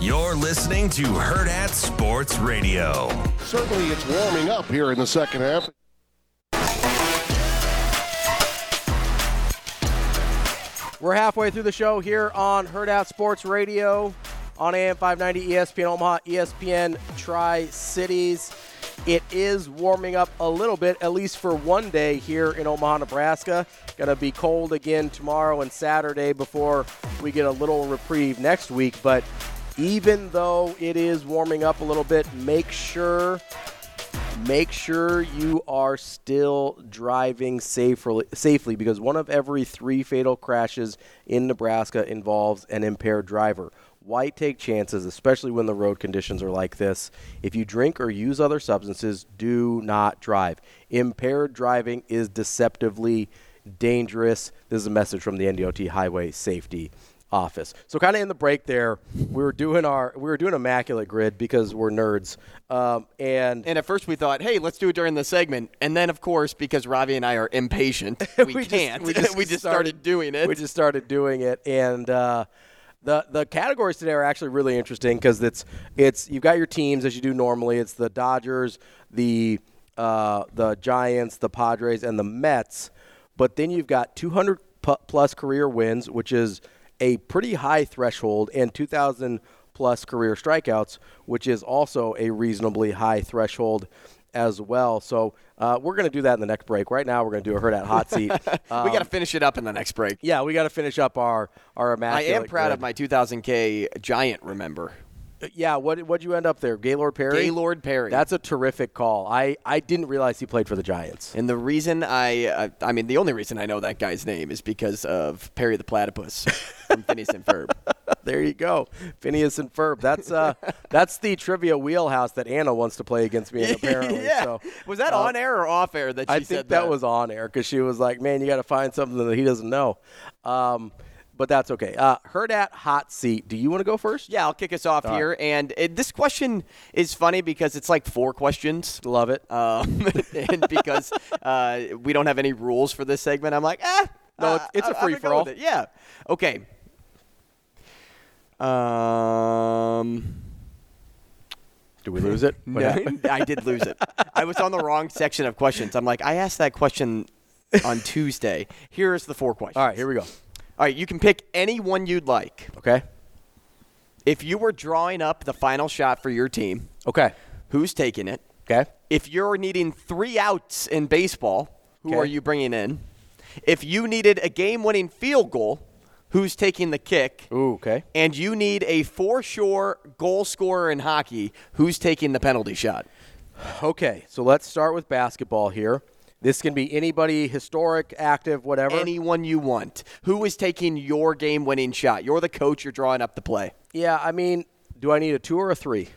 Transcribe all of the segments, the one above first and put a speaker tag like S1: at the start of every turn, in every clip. S1: You're listening to Herd at Sports Radio.
S2: Certainly, it's warming up here in the second half.
S3: We're halfway through the show here on Herd Out Sports Radio on AM 590 ESPN Omaha, E ESPN Tri Cities. It is warming up a little bit, at least for one day here in Omaha, Nebraska. Going to be cold again tomorrow and Saturday before we get a little reprieve next week. But even though it is warming up a little bit, make sure make sure you are still driving safely, safely because one of every three fatal crashes in Nebraska involves an impaired driver. Why take chances, especially when the road conditions are like this? If you drink or use other substances, do not drive. Impaired driving is deceptively dangerous. This is a message from the NDOT Highway Safety office. So kind of in the break there, we were doing our we were doing immaculate grid because we're nerds. Um, and
S4: And at first we thought, hey, let's do it during the segment. And then, of course, because Ravi and I are impatient, we,
S3: just-
S4: can't.
S3: we just started-
S4: started doing it.
S3: we just started doing it, and uh, the the categories today are actually really interesting because it's it's you've got your teams as you do normally. It's the Dodgers, the uh, the Giants, the Padres, and the Mets, but then you've got 200 pu- plus career wins, which is a pretty high threshold, and 2,000 plus career strikeouts, which is also a reasonably high threshold. As well, so uh, we're going to do that in the next break. Right now, we're going to do a herd at hot seat.
S4: we got to finish it up in the next break.
S3: Yeah, we got to finish up our our
S4: I
S3: immaculate.
S4: am proud of
S3: grid.
S4: my 2000K Giant, remember.
S3: Yeah, what what'd you end up there, Gaylord Perry?
S4: Gaylord Perry.
S3: That's a terrific call. I I didn't realize he played for the Giants.
S4: And the reason I, uh, I mean, the only reason I know that guy's name is because of Perry the Platypus from Phineas and Ferb.
S3: there you go, Phineas and Ferb. That's uh that's the trivia wheelhouse that Anna wants to play against me. in, Apparently,
S4: yeah.
S3: so
S4: was that
S3: uh,
S4: on air or off air that she
S3: I
S4: said
S3: think that was on air because she was like, "Man, you got to find something that he doesn't know." Um, but that's okay. Uh, Herd at hot seat. Do you want to go first?
S4: Yeah, I'll kick us off here. And it, this question is funny because it's like four questions.
S3: love it.
S4: Um, and because uh, we don't have any rules for this segment, I'm like, ah,
S3: No,
S4: uh,
S3: it's- it's a
S4: I'm gonna go
S3: free-for-all.
S4: with it. Yeah. Okay. Um,
S3: Do we lose it? What
S4: no,
S3: happened?
S4: I did lose it. I was on the wrong section of questions. I'm like, I asked that question on Tuesday. Here's the four questions.
S3: All right, here we go.
S4: All right, you can pick any one you'd like.
S3: Okay.
S4: If you were drawing up the final shot for your team,
S3: Okay.
S4: who's taking it?
S3: Okay.
S4: If you're needing three outs in baseball, who
S3: Okay.
S4: are you bringing in? If you needed a game winning field goal, who's taking the kick?
S3: Ooh, okay.
S4: And you need a for sure goal scorer in hockey, who's taking the penalty shot?
S3: Okay, so let's start with basketball here. This can be anybody historic, active, whatever.
S4: Anyone you want. Who is taking your game winning shot? You're the coach, you're drawing up the play.
S3: yeah, I mean, do I need a two or a three?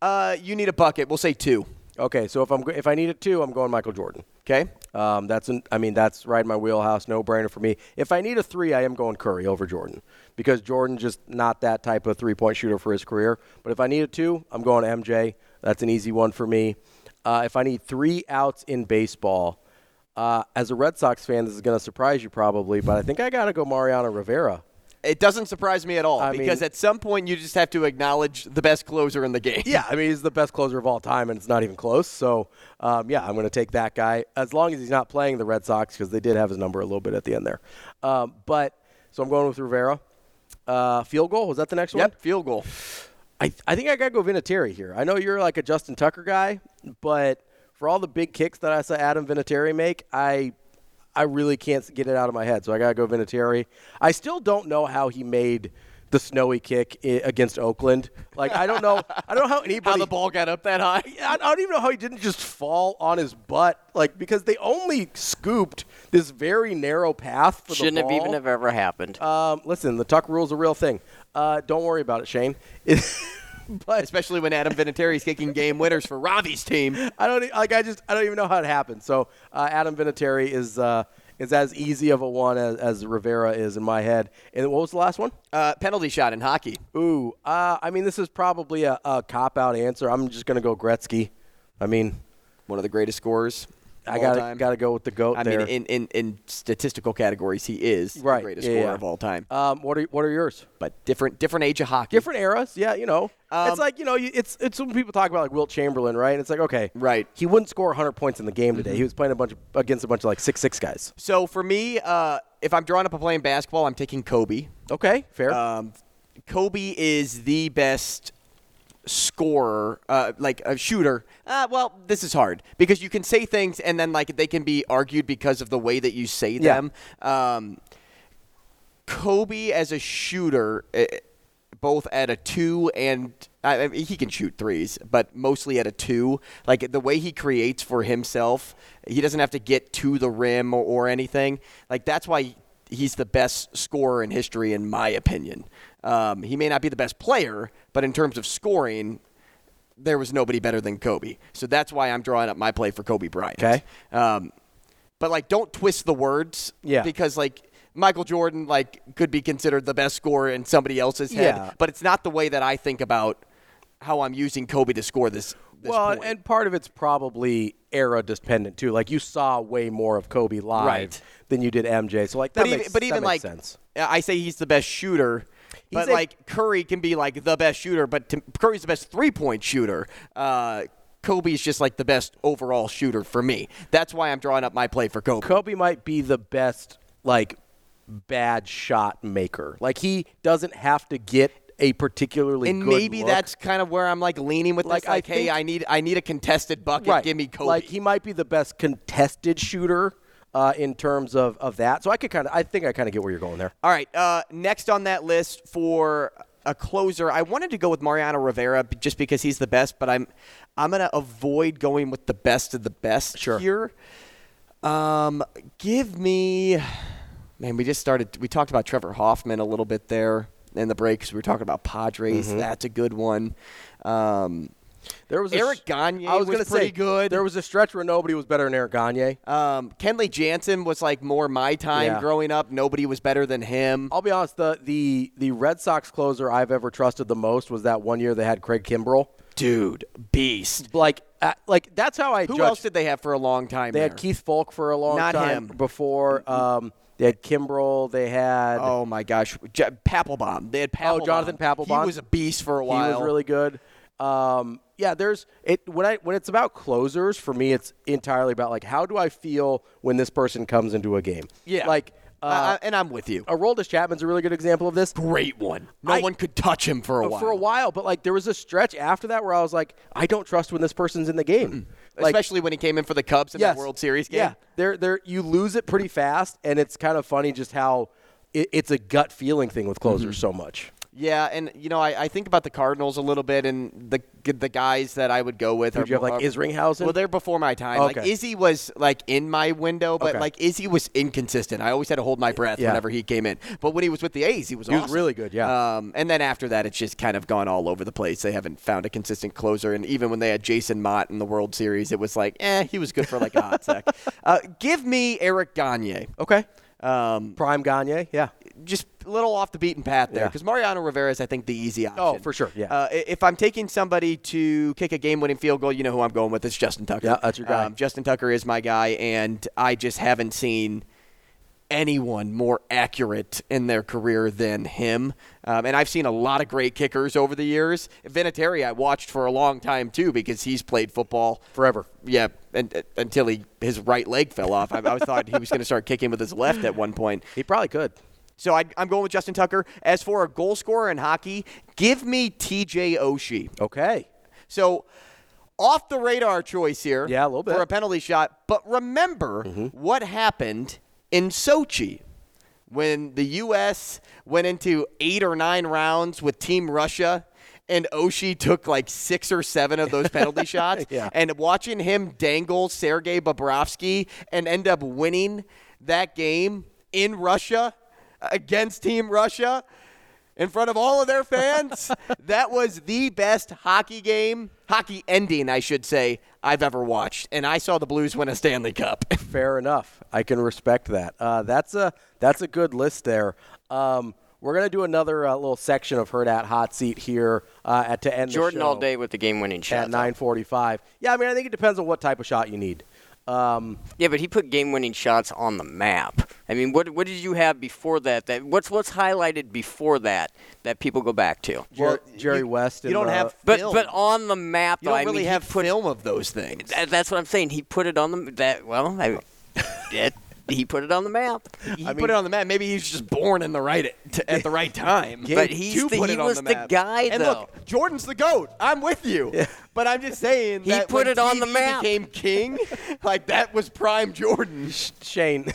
S4: Uh, you need a bucket. We'll say two.
S3: Okay, so if I'm go- if I need a two, I'm going Michael Jordan.
S4: Okay?
S3: Um, that's an, I mean that's right in my wheelhouse, no brainer for me. If I need a three, I am going Curry over Jordan because Jordan just not that type of three point shooter for his career. But if I need a two, I'm going MJ. That's an easy one for me. Uh, if I need three outs in baseball, uh, as a Red Sox fan, this is going to surprise you probably, but I think I got to go Mariano Rivera.
S4: It doesn't surprise me at all
S3: I
S4: because
S3: mean-
S4: at some point you just have to acknowledge the best closer in the game.
S3: Yeah, I mean he's the best closer of all time, and it's not even close. So, um, yeah, I'm going to take that guy as long as he's not playing the Red Sox because they did have his number a little bit at the end there. Um, but so I'm going with Rivera. Uh, field goal was that the next one?
S4: Yep, field goal.
S3: I, I think I got to go Vinatieri here. I know you're like a Justin Tucker guy, but for all the big kicks that I saw Adam Vinatieri make, I I really can't get it out of my head. So I got to go Vinatieri. I still don't know how he made the snowy kick I- against Oakland. Like I don't know I don't know how anybody
S4: How the ball got up that high?
S3: I I don't even know how he didn't just fall on his butt, like because they only scooped this very narrow path for
S5: Shouldn't
S3: the
S5: have
S3: ball.
S5: even have ever happened.
S3: Um, listen, the tuck rule's a real thing. Uh, don't worry about it, Shane. but
S4: Especially when Adam Vinatieri's kicking game winners for Ravi's team.
S3: I don't e- like. I just I don't even know how it happened. So uh, Adam Vinatieri is uh, is as easy of a one as, as Rivera is in my head. And what was the last one?
S4: Uh, penalty shot in hockey.
S3: Ooh, uh, I mean this is probably a, a cop out answer. I'm just gonna go Gretzky. I mean,
S4: One of the greatest scorers. of
S3: I
S4: all
S3: gotta
S4: time.
S3: gotta go with the goat
S4: I
S3: there.
S4: mean, in, in, in statistical categories, he is
S3: right,
S4: the greatest
S3: yeah,
S4: scorer
S3: yeah.
S4: of all time. Uh,
S3: Um, what are what are yours?
S4: but different different age of hockey.
S3: different eras. Yeah, you know,
S4: Um,
S3: it's like you know, you- it's it's when people talk about like Wilt Chamberlain, right? And it's like okay,
S4: Right. Mm-hmm.
S3: He wouldn't score 100 points in the game today. He was playing a bunch of, against a bunch of like six six guys.
S4: So for me, uh, if I'm drawing up a play in basketball, I'm taking Kobe.
S3: Okay, fair.
S4: Um, Kobe is the best scorer, uh, like a shooter. Uh, well, this is hard because you can say things and then like they can be argued because of the way that you say
S3: Yeah.
S4: them. Um, Kobe as a shooter, eh, both at a two and I I mean, he can shoot threes, but mostly at a two. Like the way he creates for himself, he doesn't have to get to the rim or, or anything. Like that's why he's the best scorer in history, in my opinion. Um, he may not be the best player, but in terms of scoring, there was nobody better than Kobe. So that's why I'm drawing up my play for Kobe Bryant.
S3: Okay.
S4: Um, but like, don't twist the words.
S3: Yeah.
S4: Because like Michael Jordan like could be considered the best scorer in somebody else's head,
S3: Yeah.
S4: but it's not the way that I think about how I'm using Kobe to score this. this
S3: well,
S4: point.
S3: and part of it's probably era dependent too. Like you saw way more of Kobe live
S4: Right.
S3: than you did MJ. So like that
S4: but even,
S3: makes,
S4: but
S3: that
S4: even
S3: makes
S4: like uh,
S3: sense.
S4: I say he's the best shooter. But
S3: a-
S4: like Curry can be like the best shooter, but to, Curry's the best three-point shooter. Uh, Kobe's just like the best overall shooter for me. That's why I'm drawing up my play for Kobe.
S3: Kobe might be the best like bad shot maker. Like he doesn't have to get a particularly
S4: and
S3: good
S4: maybe
S3: look.
S4: that's kind of where I'm like leaning with
S3: Like,
S4: this. Like,
S3: I
S4: hey,
S3: think-
S4: I need I need a contested bucket. Give me Kobe.
S3: Like he might be the best contested shooter uh, in terms of, of that. So I could kind of, I think I kind of get where you're going there.
S4: All right. Uh, next on that list for a closer, I wanted to go with Mariano Rivera b- just because he's the best, but I'm I'm gonna avoid going with the best of the best
S3: Sure.
S4: here. Um, give me, man. We just started. We talked about Trevor Hoffman a little bit there in the break 'cause we were talking about Padres.
S3: Mm-hmm.
S4: That's a good one. Um,
S3: There was a
S4: Eric
S3: sh-
S4: Gagne
S3: I was,
S4: was
S3: gonna
S4: pretty
S3: say,
S4: good.
S3: There was a stretch where nobody was better than Eric Gagne.
S4: um, Kenley Jansen was like more my time
S3: Yeah.
S4: growing up. Nobody was better than him.
S3: I'll be honest. The the the Red Sox closer I've ever trusted the most was that one year they had Craig Kimbrell.
S4: Dude, beast.
S3: Like uh, like that's how I.
S4: Who
S3: judged-
S4: else did they have for a long time?
S3: They
S4: there?
S3: had Keith Folk for a long
S4: Not
S3: time
S4: him.
S3: before. Um, they had Kimbrell. They had
S4: Oh my gosh, J- Papelbon. They had Papelbon.
S3: Oh, Jonathan Papelbon.
S4: He was a beast for a while.
S3: He was really good. Um, yeah, there's it when I when it's about closers for me, it's entirely about like how do I feel when this person comes into a game.
S4: yeah.
S3: like
S4: I-
S3: uh,
S4: I- and I'm with you.
S3: Aroldis Chapman's a really good example of this.
S4: great one. No
S3: I-
S4: one could touch him for a while.
S3: For a while, but like there was a stretch after that where I was like, I don't trust when this person's in the game. Like,
S4: Mm. especially when he came in for the Cubs in
S3: yes.
S4: the World Series game.
S3: Yeah, there there you lose it pretty fast, and it's kind of funny just how it, it's a gut feeling thing with closers so
S4: Mm-hmm.
S3: much.
S4: Yeah, and you know, I, I think about the Cardinals a little bit, and the the guys that I would go with.
S3: Would
S4: are,
S3: you have, like,
S4: are-
S3: Isringhausen?
S4: Well, they're before my time. Like
S3: Okay.
S4: Izzy was like in my window, but
S3: Okay.
S4: like Izzy was inconsistent. I always had to hold my breath
S3: Yeah.
S4: whenever he came in. But when he was with the A's, he was
S3: He was
S4: awesome.
S3: really good, yeah.
S4: Um, and then after that, it's just kind of gone all over the place. They haven't found a consistent closer, and even when they had Jason Mott in the World Series, it was like, eh, he was good for like a hot sec. Uh, give me Eric Gagne.
S3: Okay,
S4: Um,
S3: prime Gagne, yeah.
S4: just a little off the beaten path there
S3: Yeah.
S4: because Mariano Rivera is, I think, the easy option.
S3: Oh, for sure, yeah.
S4: Uh, i- if I'm taking somebody to kick a game-winning field goal, you know who I'm going with. It's Justin Tucker. Um,
S3: Yeah, that's your guy.
S4: Justin Tucker is my guy, and I just haven't seen anyone more accurate in their career than him. Um, and I've seen a lot of great kickers over the years. Vinatieri, I watched for a long time too because he's played football
S3: Forever.
S4: yeah, and, uh, until he his right leg fell off. I, I thought he was going to start kicking with his left at one point.
S3: He probably could.
S4: So I, I'm going with Justin Tucker. As for a goal scorer in hockey, give me T.J. Oshie.
S3: Okay.
S4: So off the radar choice here.
S3: Yeah, a little bit. Mm-hmm.
S4: For a penalty shot. But remember what happened in Sochi when the U.S. went into eight or nine rounds with Team Russia. And Oshi took like six or seven of those penalty shots.
S3: Yeah.
S4: And watching him dangle Sergei Bobrovsky and end up winning that game in Russia against Team Russia in front of all of their fans. that was the best hockey game, hockey ending, I should say, I've ever watched. And I saw the Blues win a Stanley Cup.
S3: Fair enough. I can respect that. Uh, that's a that's a good list there. Um, we're gonna do another uh, little section of Herd at Hot Seat here uh, at to end
S5: Jordan
S3: the show
S5: all day with the game-winning shot.
S3: at
S5: though.
S3: 9:45. Yeah, I mean, I think it depends on what type of shot you need. Um,
S5: Yeah, but he put game-winning shots on the map. I mean, what what did you have before that? That what's what's highlighted before that that people go back to.
S3: Jer- Jerry West.
S4: You
S3: and,
S4: don't
S3: uh,
S4: have
S5: But
S4: film.
S5: but on the map,
S4: you
S5: though,
S4: don't
S5: I mean,
S4: really
S5: he
S4: have
S5: put,
S4: film of those things.
S5: that- that's what I'm saying. He put it on the that well, I, that, he put it on the map.
S4: He put it on the map. Maybe he was just born in the right to, at the right time.
S5: But he's
S4: to
S5: the-
S4: put
S5: he
S4: it on
S5: was
S4: the,
S5: the
S4: map.
S5: guy,
S4: And look, Jordan's the goat. I'm with you. But I'm just saying
S5: He
S4: that
S5: put
S4: when
S5: it on the
S4: TV
S5: map.
S4: Became king, like that was prime Jordan.
S3: Shane.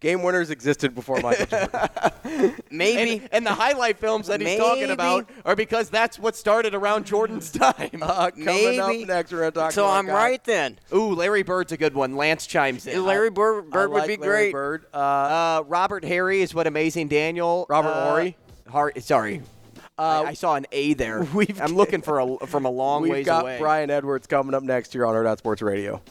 S3: Game winners existed before Michael Jordan.
S5: Maybe
S4: And, and the highlight films that he's talking
S5: Maybe.
S4: about are because that's what started around Jordan's time.
S3: Coming up
S5: Uh, Maybe.
S3: next, we're gonna talk
S5: so
S3: about
S5: I'm
S3: guys-
S5: right then.
S4: Ooh, Larry Bird's a good one. Lance chimes in.
S5: Larry Bird,
S3: I
S5: Bird would
S3: like
S5: be
S3: Larry
S5: great.
S3: Bird. Uh,
S4: Uh, Robert Harry is what Amazing Daniel.
S3: Robert
S4: uh,
S3: Horry?
S4: Har- sorry.
S5: Uh,
S4: I, I saw an A there.
S3: we've-
S4: I'm looking for a from a long
S3: We've
S4: ways
S3: got
S4: away.
S3: Brian Edwards coming up next year on Herd Out Sports Radio.